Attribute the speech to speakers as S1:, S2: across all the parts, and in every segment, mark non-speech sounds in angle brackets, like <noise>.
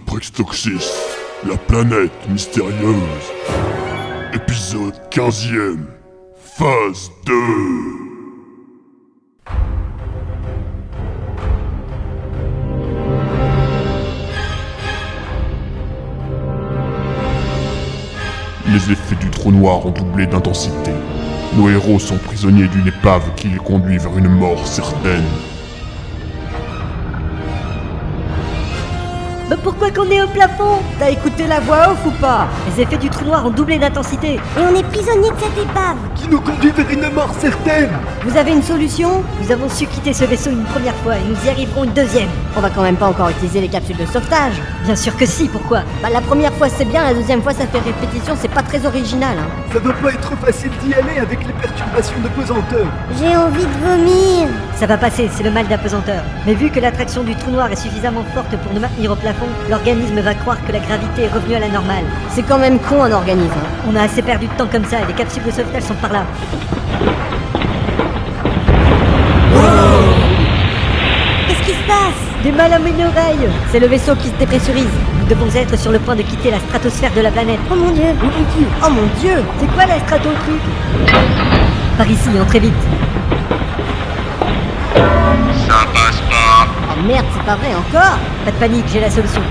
S1: Adoprextoxis, la planète mystérieuse. Épisode 15e, phase 2. Les effets du trou noir ont doublé d'intensité. Nos héros sont prisonniers d'une épave qui les conduit vers une mort certaine.
S2: Mais pourquoi qu'on est au plafond T'as écouté la voix off ou pas Les effets du trou noir ont doublé d'intensité.
S3: Et on est prisonnier de cette épave.
S4: qui nous conduit vers une mort certaine.
S2: Vous avez une solution Nous avons su quitter ce vaisseau une première fois et nous y arriverons une deuxième.
S3: On va quand même pas encore utiliser les capsules de sauvetage.
S2: Bien sûr que si, pourquoi
S3: Bah la première fois c'est bien, la deuxième fois ça fait répétition, c'est pas très original. Hein.
S4: Ça doit pas être facile d'y aller avec les perturbations de pesanteur.
S5: J'ai envie de vomir.
S2: Ça va passer, c'est le mal d'apesanteur. Mais vu que l'attraction du trou noir est suffisamment forte pour nous maintenir au plafond, l'organisme va croire que la gravité est revenue à la normale.
S3: C'est quand même con un organisme. hein.
S2: On a assez perdu de temps comme ça et les capsules de sauvetage sont par là.
S5: Qu'est-ce qui se passe
S2: Des mal à mes oreilles C'est le vaisseau qui se dépressurise. Nous devons être sur le point de quitter la stratosphère de la planète.
S5: Oh mon dieu.
S3: Oh mon dieu
S2: C'est quoi la strato truc Par ici, entrez vite.
S3: Ah merde, c'est pas vrai encore
S2: Pas de panique, j'ai la solution.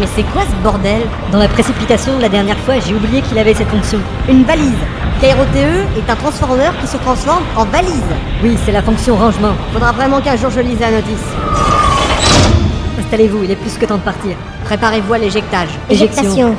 S3: Mais c'est quoi ce bordel
S2: Dans la précipitation, la dernière fois, j'ai oublié qu'il avait cette fonction.
S3: Une valise KROTE est un transformeur qui se transforme en valise
S2: E Oui, c'est la fonction rangement.
S3: Faudra vraiment qu'un jour je lise la notice.
S2: Installez-vous, il est plus que temps de partir.
S3: Préparez-vous à l'éjectage.
S2: Éjection.
S5: Éjectation.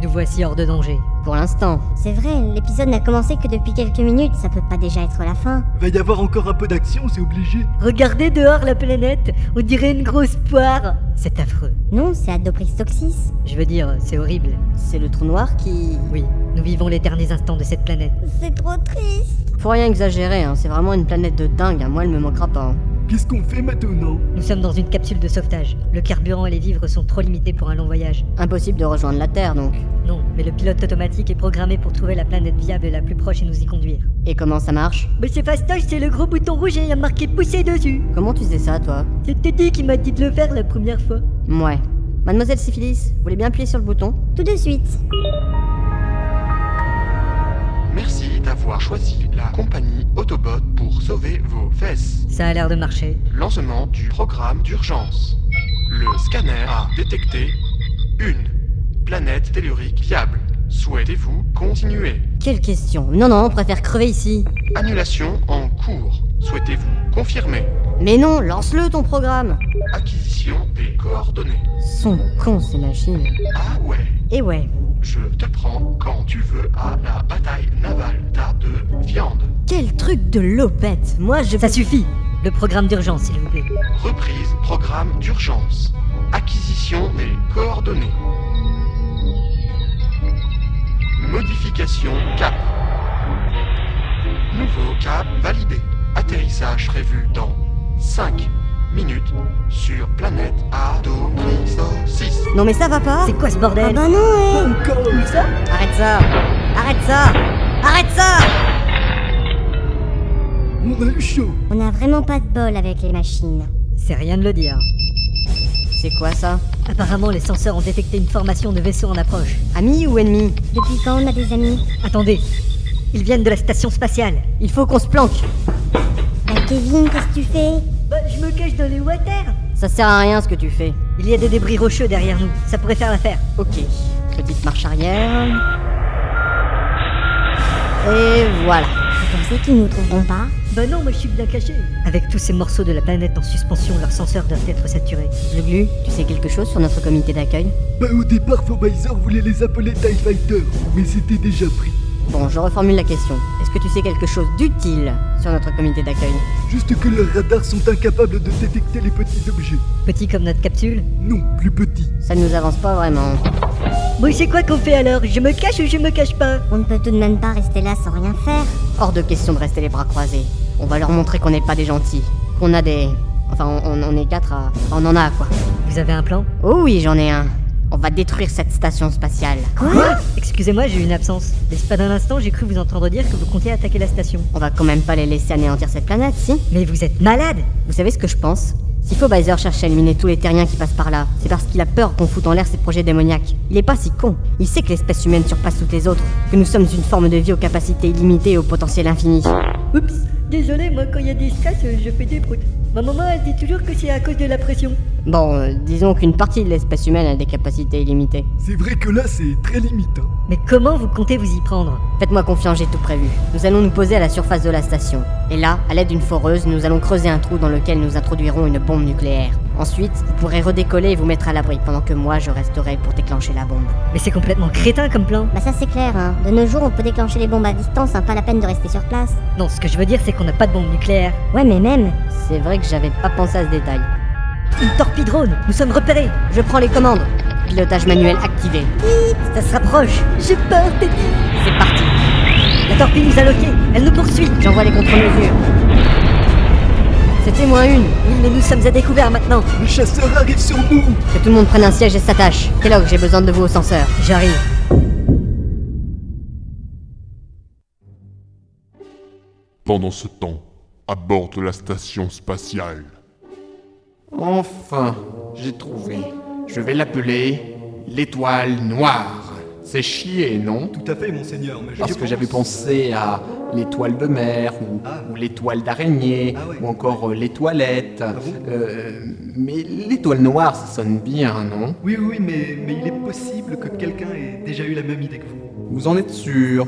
S2: Nous voici hors de danger.
S3: Pour l'instant.
S5: C'est vrai, l'épisode n'a commencé que depuis quelques minutes, ça peut pas déjà être la fin.
S4: Va y avoir encore un peu d'action, c'est obligé.
S2: Regardez dehors la planète, on dirait une grosse poire. C'est affreux.
S5: Non, c'est Adoprixtoxis.
S2: Je veux dire, c'est horrible.
S3: C'est le trou noir qui...
S2: Oui, nous vivons les derniers instants de cette planète.
S5: C'est trop triste.
S3: Faut rien exagérer, hein, c'est vraiment une planète de dingue, hein, moi elle me manquera pas. hein.
S4: Qu'est-ce qu'on fait maintenant
S2: Nous sommes dans une capsule de sauvetage. Le carburant et les vivres sont trop limités pour un long voyage.
S3: Impossible de rejoindre la Terre donc.
S2: Non, mais le pilote automatique est programmé pour trouver la planète viable la plus proche et nous y conduire.
S3: Et comment ça marche
S2: Mais c'est fastoche, c'est le gros bouton rouge et il y a marqué pousser dessus.
S3: Comment tu sais ça toi
S2: C'est Teddy qui m'a dit de le faire la première fois.
S3: Ouais. Mademoiselle Syphilis, vous voulez bien appuyer sur le bouton
S5: Tout de suite.
S6: Merci d'avoir choisi la compagnie Autobot pour sauver vos fesses.
S2: Ça a l'air de marcher.
S6: Lancement du programme d'urgence. Le scanner a détecté une planète tellurique viable. Souhaitez-vous continuer
S3: Quelle question Non, non, on préfère crever ici.
S6: Annulation en cours. Souhaitez-vous confirmer
S3: Mais non, lance-le ton programme
S6: Acquisition des coordonnées.
S3: Sont cons ces machines.
S6: Ah ouais,
S3: Et ouais,
S6: je te prends quand tu veux à la bataille navale. Tas de viande.
S3: quel truc de lopette Moi je...
S2: Ça suffit Le programme d'urgence, s'il vous plaît.
S6: Reprise programme d'urgence. Acquisition des coordonnées. Modification cap. Nouveau cap validé. Atterrissage prévu dans 5 minutes sur planète Adomisosis.
S3: Non mais ça va pas
S2: C'est quoi ce bordel
S5: Bah non, hein.
S4: Encore
S3: Arrête ça Arrête ça Arrête ça
S4: On a eu chaud.
S5: On a vraiment pas de bol avec les machines.
S2: C'est rien de le dire.
S3: C'est quoi ça
S2: Apparemment, les senseurs ont détecté une formation de vaisseaux en approche.
S3: Ami ou ennemi
S5: Depuis quand on a des amis
S2: Attendez Ils viennent de la station spatiale
S3: Il faut qu'on se planque
S5: Bah Kevin, qu'est-ce que tu fais
S2: Bah, je me cache dans les water
S3: Ça sert à rien ce que tu fais.
S2: Il y a des débris rocheux derrière nous, ça pourrait faire l'affaire.
S3: Ok, petite marche arrière. Et voilà.
S5: Vous pensez qu'ils nous trouveront pas
S2: Bah non, moi je suis bien caché. Avec tous ces morceaux de la planète en suspension, leurs senseurs doivent être saturés.
S3: Zuglu, tu sais quelque chose sur notre comité d'accueil
S4: Bah au départ, Fourbaisor voulait les appeler TIE Fighter, mais c'était déjà pris.
S3: Bon, je reformule la question. Est-ce que tu sais quelque chose d'utile sur notre comité d'accueil
S4: Juste que leurs radars sont incapables de détecter les petits objets.
S2: Petit comme notre capsule.
S4: Non, plus petits.
S3: Ça ne nous avance pas vraiment.
S2: Bon, c'est quoi qu'on fait alors Je me cache ou je me cache pas
S5: On ne peut tout de même pas rester là sans rien faire.
S3: Hors de question de rester les bras croisés. On va leur montrer qu'on n'est pas des gentils. Qu'on a des... Enfin, on, on est quatre à... On en a, quoi.
S2: Vous avez un plan
S3: Oh oui, j'en ai un. On va détruire cette station spatiale.
S2: Quoi Excusez-moi, j'ai eu une absence. L'espace d'un instant, j'ai cru vous entendre dire que vous comptiez attaquer la station.
S3: On va quand même pas les laisser anéantir cette planète, si
S2: Mais vous êtes malade
S3: Vous savez ce que je pense S'il faut Bowser cherche à éliminer tous les terriens qui passent par là, c'est parce qu'il a peur qu'on foute en l'air ses projets démoniaques. Il est pas si con. Il sait que l'espèce humaine surpasse toutes les autres, que nous sommes une forme de vie aux capacités illimitées et au potentiel infini.
S2: Oups, désolé, moi quand il y a des stress, euh, je fais des proutes. Ma maman, elle dit toujours que c'est à cause de la pression.
S3: Bon, euh, disons qu'une partie de l'espèce humaine a des capacités illimitées.
S4: C'est vrai que là, c'est très limite. hein.
S2: Mais comment vous comptez vous y prendre
S3: Faites-moi confiance, j'ai tout prévu. Nous allons nous poser à la surface de la station. Et là, à l'aide d'une foreuse, nous allons creuser un trou dans lequel nous introduirons une bombe nucléaire. Ensuite, vous pourrez redécoller et vous mettre à l'abri pendant que moi je resterai pour déclencher la bombe.
S2: Mais c'est complètement crétin comme plan.
S5: Bah ça c'est clair, hein. De nos jours, on peut déclencher les bombes à distance, hein, pas la peine de rester sur place.
S2: Non, ce que je veux dire, c'est qu'on n'a pas de bombe nucléaire.
S5: Ouais, mais même.
S3: C'est vrai que j'avais pas pensé à ce détail.
S2: Une torpille drone, nous sommes repérés.
S3: Je prends les commandes. Pilotage manuel activé.
S2: Ça se rapproche. J'ai peur, Teddy.
S3: C'est parti.
S2: La torpille nous a loqués. Elle nous poursuit.
S3: J'envoie les contre-mesures. C'était moins une.
S2: Oui, mais nous sommes à découvert maintenant.
S4: Le chasseur arrive sur nous
S3: Que tout le monde prenne un siège et s'attache. Kellogg, j'ai besoin de vous au censeur.
S2: J'arrive.
S1: Pendant ce temps, à bord de la station spatiale,
S6: Enfin, j'ai trouvé. Je vais l'appeler l'étoile noire. C'est chier, non
S4: Tout à fait, monseigneur, mais je...
S6: Parce que j'avais pensé à l'étoile de mer, ou,
S4: Ah.
S6: ou l'étoile d'araignée,
S4: Ah ouais. Ah
S6: ou encore euh, l'étoilette.
S4: bon
S6: Euh, mais l'étoile noire, ça sonne bien, non
S4: Oui, oui, oui, mais, mais il est possible que quelqu'un ait déjà eu la même idée que vous.
S6: Vous en êtes sûr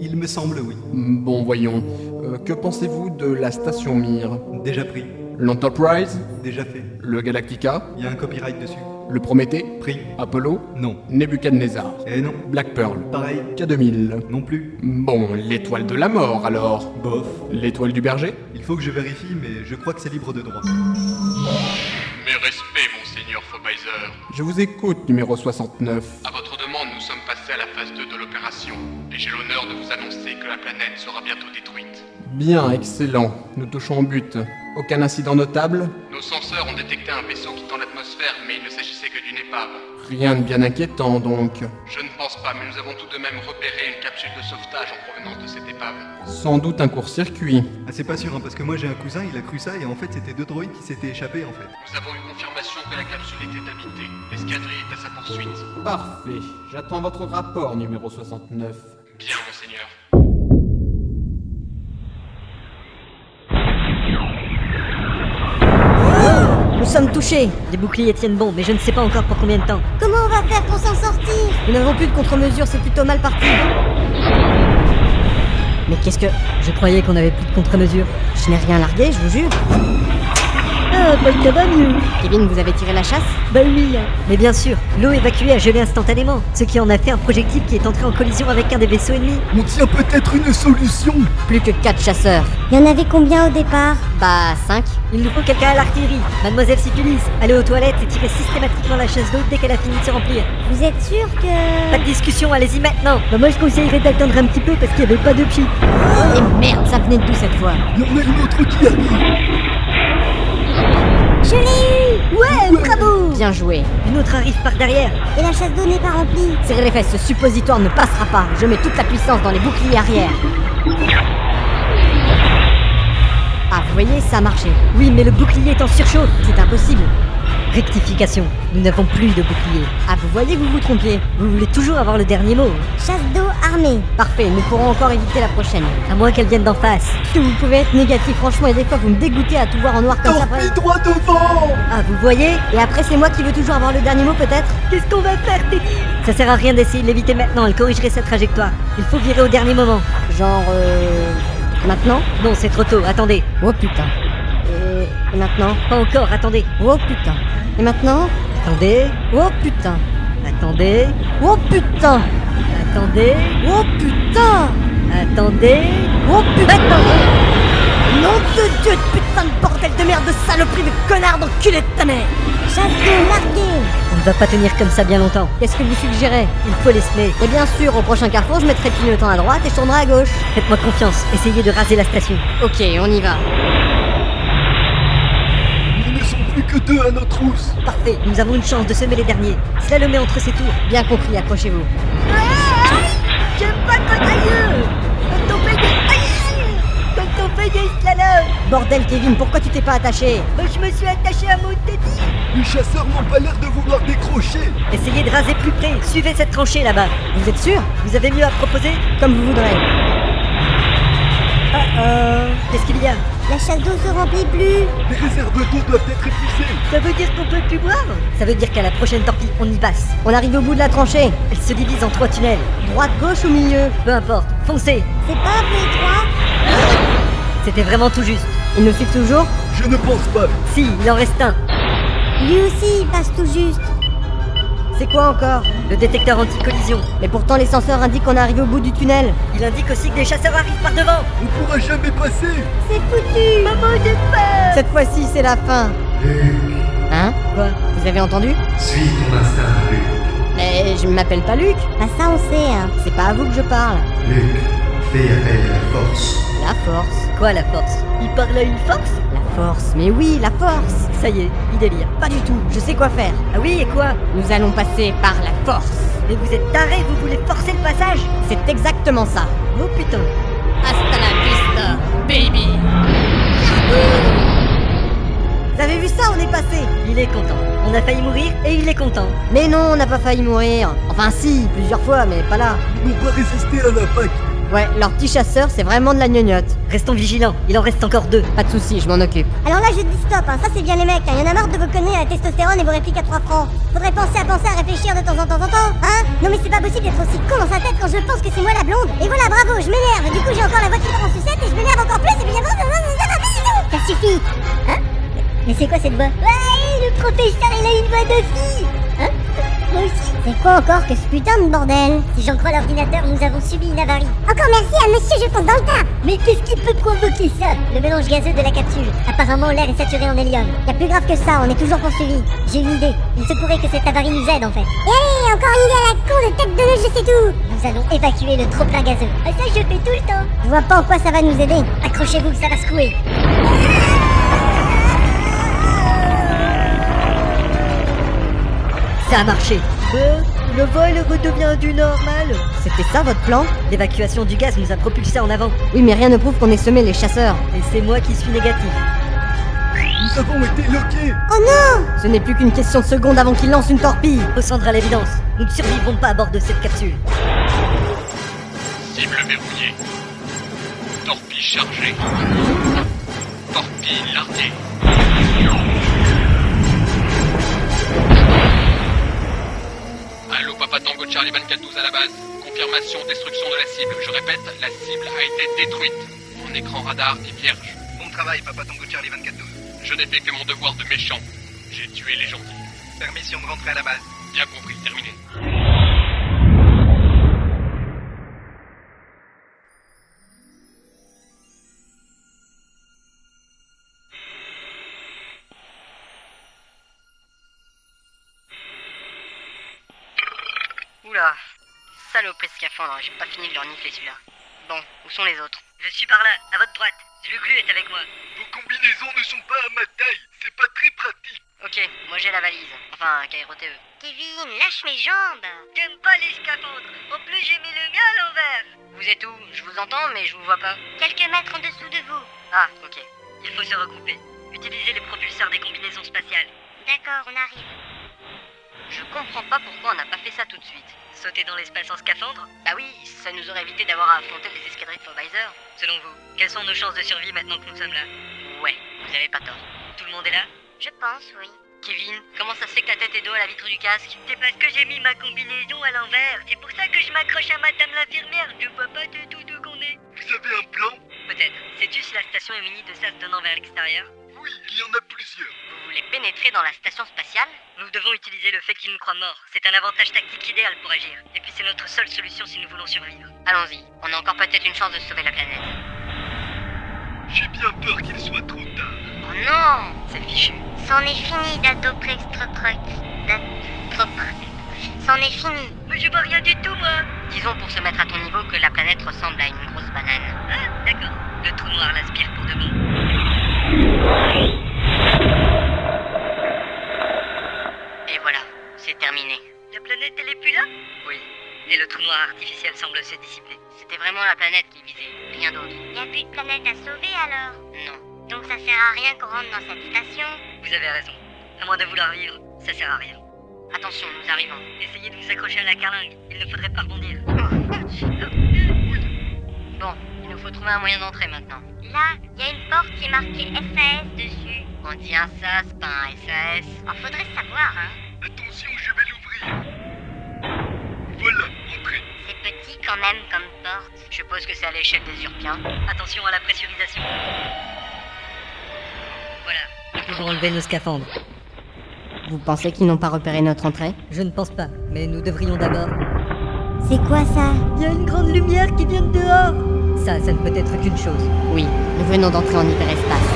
S4: Il me semble, oui.
S6: Bon, voyons. Euh, que pensez-vous de la station Mir
S4: Déjà pris,
S6: L'Enterprise
S4: déjà fait.
S6: Le Galactica
S4: Il y a un copyright dessus.
S6: Le Prométhée
S4: Pris
S6: Apollo
S4: Non.
S6: Nebuchadnezzar
S4: Eh non.
S6: Black Pearl
S4: Pareil.
S6: K2000
S4: Non plus.
S6: Bon, l'étoile de la mort alors
S4: Bof.
S6: L'étoile du berger
S4: Il faut que je vérifie, mais je crois que c'est libre de droit.
S7: Mes respects, monseigneur Faubizer.
S6: Je vous écoute, numéro 69.
S7: À votre demande, nous sommes passés à la phase 2 de l'opération, et j'ai l'honneur de vous annoncer que la planète sera bientôt détruite.
S6: Bien, excellent. Nous touchons au but. Aucun incident notable
S7: Nos senseurs ont détecté un vaisseau quittant l'atmosphère, mais il ne s'agissait que d'une épave.
S6: Rien de bien inquiétant donc.
S7: Je ne pense pas, mais nous avons tout de même repéré une capsule de sauvetage en provenance de cette épave.
S6: Sans doute un court-circuit.
S4: Ah, c'est pas sûr, hein, parce que moi j'ai un cousin, il a cru ça, et en fait c'était deux droïdes qui s'étaient échappés en fait.
S7: Nous avons eu confirmation que la capsule était habitée. L'escadrille est à sa poursuite.
S6: Parfait. J'attends votre rapport, numéro 69.
S7: Bien, monseigneur.
S2: Nous sommes touchés. Les boucliers tiennent bon, mais je ne sais pas encore pour combien de temps.
S5: Comment on va faire pour s'en sortir
S3: Nous n'avons plus de contre-mesures, c'est plutôt mal parti. Mais qu'est-ce que.
S2: Je croyais qu'on avait plus de contre-mesures.
S3: Je n'ai rien largué, je vous jure.
S2: Ah, bah ça va mieux.
S3: Kevin, vous avez tiré la chasse
S2: Bah oui. Mais bien sûr, l'eau évacuée a gelé instantanément, ce qui en a fait un projectile qui est entré en collision avec un des vaisseaux ennemis.
S4: On tient peut-être une solution
S3: Plus que 4 chasseurs.
S5: Il y en avait combien au départ
S3: Bah, 5.
S2: Il nous faut quelqu'un à l'artillerie. Mademoiselle Syphilis, allez aux toilettes et tirez systématiquement la chasse d'eau dès qu'elle a fini de se remplir.
S5: Vous êtes sûr
S2: Pas
S5: que.
S2: de discussion, allez-y maintenant. Bah moi je conseillerais d'attendre un petit peu parce qu'il n'y avait pas de pli.
S3: Et merde, ça venait de tout cette fois
S4: Il y en a une autre qui arrive
S5: Je l'ai eu Ouais, bravo
S3: Bien joué.
S2: Une autre arrive par derrière.
S5: Et la chasse d'eau n'est pas remplie.
S3: Serrez les fesses, ce suppositoire ne passera pas. Je mets toute la puissance dans les boucliers arrière. Ah, vous voyez, ça a marché.
S2: Oui, mais le bouclier est en surchauffe.
S3: C'est impossible.
S2: Rectification, nous n'avons plus de bouclier.
S3: Ah, vous voyez que vous vous trompiez.
S2: Vous voulez toujours avoir le dernier mot, hein.
S5: Chasse d'eau armée.
S3: Parfait, nous pourrons encore éviter la prochaine.
S2: à moins qu'elle vienne d'en face.
S3: Est-ce que vous pouvez être négatif, franchement, et des fois vous me dégoûtez à tout voir en noir comme ça.
S4: Torpille droit devant
S2: Ah, vous voyez
S3: Et après, c'est moi qui veux toujours avoir le dernier mot, peut-être
S2: Qu'est-ce qu'on va faire, Teddy Ça sert à rien d'essayer de l'éviter maintenant, elle corrigerait sa trajectoire. Il faut virer au dernier moment.
S3: Genre, euh. Maintenant
S2: Non, c'est trop tôt, attendez.
S3: Oh putain. Et, et maintenant
S2: Pas encore, attendez.
S3: Oh putain. Et maintenant
S2: Attendez,
S3: Oh putain.
S2: attendez,
S3: Oh putain.
S2: attendez,
S3: Oh putain.
S2: attendez.
S3: Oh putain. Nom de Dieu de putain de bordel de merde de saloperie de connard d'enculé de ta mère
S5: Chasse d'eau marquée.
S2: On ne va pas tenir comme ça bien longtemps.
S3: Qu'est-ce que vous suggérez
S2: Il faut les semer.
S3: Et bien sûr, au prochain carrefour, je mettrai clignotant à droite et je tournerai à gauche.
S2: Faites-moi confiance, essayez de raser la station.
S3: Ok, on y va.
S4: Ils ne sont plus que deux à notre housse
S2: Parfait, nous avons une chance de semer les derniers. Cela le met entre ses tours. Ah,
S3: Bien compris, accrochez-vous. Bordel, Kevin, pourquoi tu t'es pas attaché
S2: Euh, Je me suis attaché à mon teddy
S4: Les chasseurs n'ont pas l'air de vouloir décrocher
S2: Essayez de raser plus près, suivez cette tranchée là-bas.
S3: Vous êtes sûr
S2: Vous avez mieux à proposer
S3: Comme vous voudrez.
S2: Ah euh... Qu'est-ce qu'il y a
S5: La chasse d'eau se remplit plus
S4: Les réserves d'eau doivent être épuisées
S2: Ça veut dire qu'on peut plus boire Ça veut dire qu'à la prochaine torpille, on y passe.
S3: On arrive au bout de la tranchée.
S2: Elle se divise en trois tunnels.
S3: Droite, gauche ou milieu
S2: Peu importe, foncez
S5: C'est pas un peu étroit
S2: C'était vraiment tout juste.
S3: Ils nous suivent toujours
S4: Je ne pense pas
S2: Si, il en reste un.
S5: Lui aussi, il passe tout juste
S3: C'est quoi encore
S2: Le détecteur anti-collision.
S3: Mais pourtant, les senseurs indiquent qu'on arrive au bout du tunnel.
S2: Il indique aussi que des chasseurs arrivent par devant.
S4: On pourra jamais passer
S5: C'est foutu
S2: Maman, j'ai peur
S3: Cette fois-ci, c'est la fin.
S8: Luc,
S3: Hein
S2: Quoi
S3: Vous avez entendu
S8: suis ton instinct, Luc.
S3: Mais je m'appelle pas Luc.
S5: Bah ça, on sait, hein
S3: C'est pas à vous que je parle.
S8: Luc, fais appel à la force.
S3: La force.
S2: Quoi la force Il parle à une force
S3: La force. Mais oui, la force.
S2: Ça y est, il délire.
S3: Pas du tout. Je sais quoi faire.
S2: Ah oui, et quoi
S3: Nous allons passer par la force.
S2: Mais vous êtes tarés, vous voulez forcer le passage
S3: C'est exactement ça.
S2: Oh putain
S3: Hasta la vista, baby. Vous avez vu ça On est passé.
S2: Il est content. On a failli mourir et il est content.
S3: Mais non, on n'a pas failli mourir. Enfin si, plusieurs fois, mais pas là.
S4: Ils n'ont pas résisté à l'impact
S3: Ouais, leur petit chasseur, c'est vraiment de la gnognotte.
S2: Restons vigilants, il en reste encore deux.
S3: Pas de souci, je m'en occupe.
S5: Alors là, je dis stop, hein. ça c'est bien les mecs, hein. y en a marre de vos conneries à la testostérone et vos répliques à 3 francs. Faudrait penser à penser à réfléchir de temps en temps en temps, hein Non mais c'est pas possible d'être aussi con dans sa tête quand je pense que c'est moi la blonde. Et voilà, bravo, je m'énerve, du coup j'ai encore la voix qui part en sucette et je m'énerve encore plus et puis Ça suffit Hein Mais c'est quoi cette voix Ouais, le professeur il a une voix de fille Hein Moi aussi C'est quoi encore que ce putain de bordel Si j'en crois l'ordinateur, nous avons subi une avarie. Encore merci à monsieur, je fonce dans le tas Mais qu'est-ce qui peut provoquer ça Le mélange gazeux de la capsule. Apparemment, l'air est saturé en hélium. Y'a plus grave que ça, on est toujours poursuivi. J'ai une idée. Il se pourrait que cette avarie nous aide en fait. Hé, Eh, encore une idée à la con de tête de je sais tout Nous allons évacuer le trop-plein gazeux. ça, je fais tout le temps Je vois pas en quoi ça va nous aider. Accrochez-vous, ça va secouer
S2: Ça a marché. le vol redevient du normal.
S3: C'était ça votre plan
S2: L'évacuation du gaz nous a propulsés en avant.
S3: Oui, mais rien ne prouve qu'on ait semé les chasseurs.
S2: Et c'est moi qui suis négatif.
S4: Nous avons été loqués
S3: Ce n'est plus qu'une question de seconde avant qu'ils lancent une torpille.
S2: Ressandre à l'évidence, nous ne survivrons pas à bord de cette capsule.
S7: Cible verrouillée. Torpille chargée. Torpille larguée. Allô, Papa Tango Charlie 2412 à la base. Confirmation destruction de la cible. Je répète, la cible a été détruite. Mon écran radar est vierge.
S9: Bon travail, Papa Tango Charlie 2412.
S7: Je n'ai fait que mon devoir de méchant. J'ai tué les gentils.
S9: Permission de rentrer à la base.
S7: Bien compris, terminé.
S3: Oula, salopé scaphandre, j'ai pas fini de leur niquer celui-là. Bon, où sont les autres
S2: Je suis par là, à votre droite. Le glu est avec moi.
S4: Vos combinaisons ne sont pas à ma taille C'est pas très pratique
S3: Ok, moi j'ai la valise. Enfin, KROTE.
S5: Kevin, lâche mes jambes
S2: J'aime pas les scaphandres. En plus, j'ai mis le mien à l'envers.
S3: Vous êtes où Je vous entends, mais je vous vois pas.
S5: Quelques mètres en dessous de vous.
S3: Ah, ok.
S2: Il faut se regrouper. Utilisez les propulseurs des combinaisons spatiales.
S5: D'accord, on arrive.
S3: Je comprends pas pourquoi on n'a pas fait ça tout de suite.
S2: Sauter dans l'espace en scaphandre
S3: Bah oui, ça nous aurait évité d'avoir à affronter les escadrilles de Fourbizer.
S2: Selon vous, quelles sont nos chances de survie maintenant que nous sommes là
S3: Ouais, vous avez pas tort.
S2: Tout le monde est là
S5: Je pense, oui.
S3: Kevin, comment ça se fait que ta tête est dos à la vitre du casque
S2: C'est parce que j'ai mis ma combinaison à l'envers. C'est pour ça que je m'accroche à madame l'infirmière. Je vois pas du tout d'où qu'on est.
S4: Vous avez un plan
S2: Peut-être. Sais-tu si la station est munie de sas donnant vers l'extérieur
S4: Oui, il y en a plusieurs
S3: Vous voulez pénétrer dans la station spatiale
S2: Nous devons utiliser le fait qu'il nous croit morts. C'est un avantage tactique idéal pour agir. Et puis c'est notre seule solution si nous voulons survivre.
S3: Allons-y, on a encore peut-être une chance de sauver la planète.
S4: J'ai bien peur qu'il soit trop tard
S3: Oh non
S2: C'est fichu.
S5: C'en est fini d'atoprextrotruc. C'en est fini.
S2: Mais je vois rien du tout, moi
S3: Disons pour se mettre à ton niveau que la planète ressemble à une grosse banane.
S2: Ah, d'accord. Le trou noir l'aspire pour de bon.
S3: Et voilà, c'est terminé.
S2: La planète, elle est plus là Oui. Et le trou noir artificiel semble se dissiper.
S3: C'était vraiment la planète qui visait, rien d'autre.
S5: Y a plus de planète à sauver alors
S3: Non.
S5: Donc ça sert à rien qu'on rentre dans cette station.
S10: Vous avez raison. À moins de vouloir vivre, ça sert à rien. Attention, nous arrivons. Essayez de vous accrocher à la carlingue. Il ne faudrait pas
S5: <laughs>
S10: rebondir.
S5: Oh,
S10: bon, il nous faut trouver un moyen d'entrer maintenant.
S5: Là, il y a une porte qui est marquée SAS dessus.
S10: On dit un SAS, pas un SAS.
S5: En faudrait savoir, hein.
S9: Attention, je vais l'ouvrir. Voilà, entrez.
S5: C'est petit quand même comme porte.
S10: Je suppose que c'est à l'échelle des Urpiens. Attention à la pressurisation. Voilà.
S2: Toujours enlever nos scaphandres.
S3: Vous pensez qu'ils n'ont pas repéré notre entrée
S2: Je ne pense pas, mais nous devrions d'abord.
S5: C'est quoi ça
S2: Il y a une grande lumière qui vient de dehors Ça, ça ne peut être qu'une chose.
S3: Oui, nous venons d'entrer en hyperespace.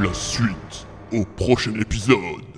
S1: La suite au prochain épisode.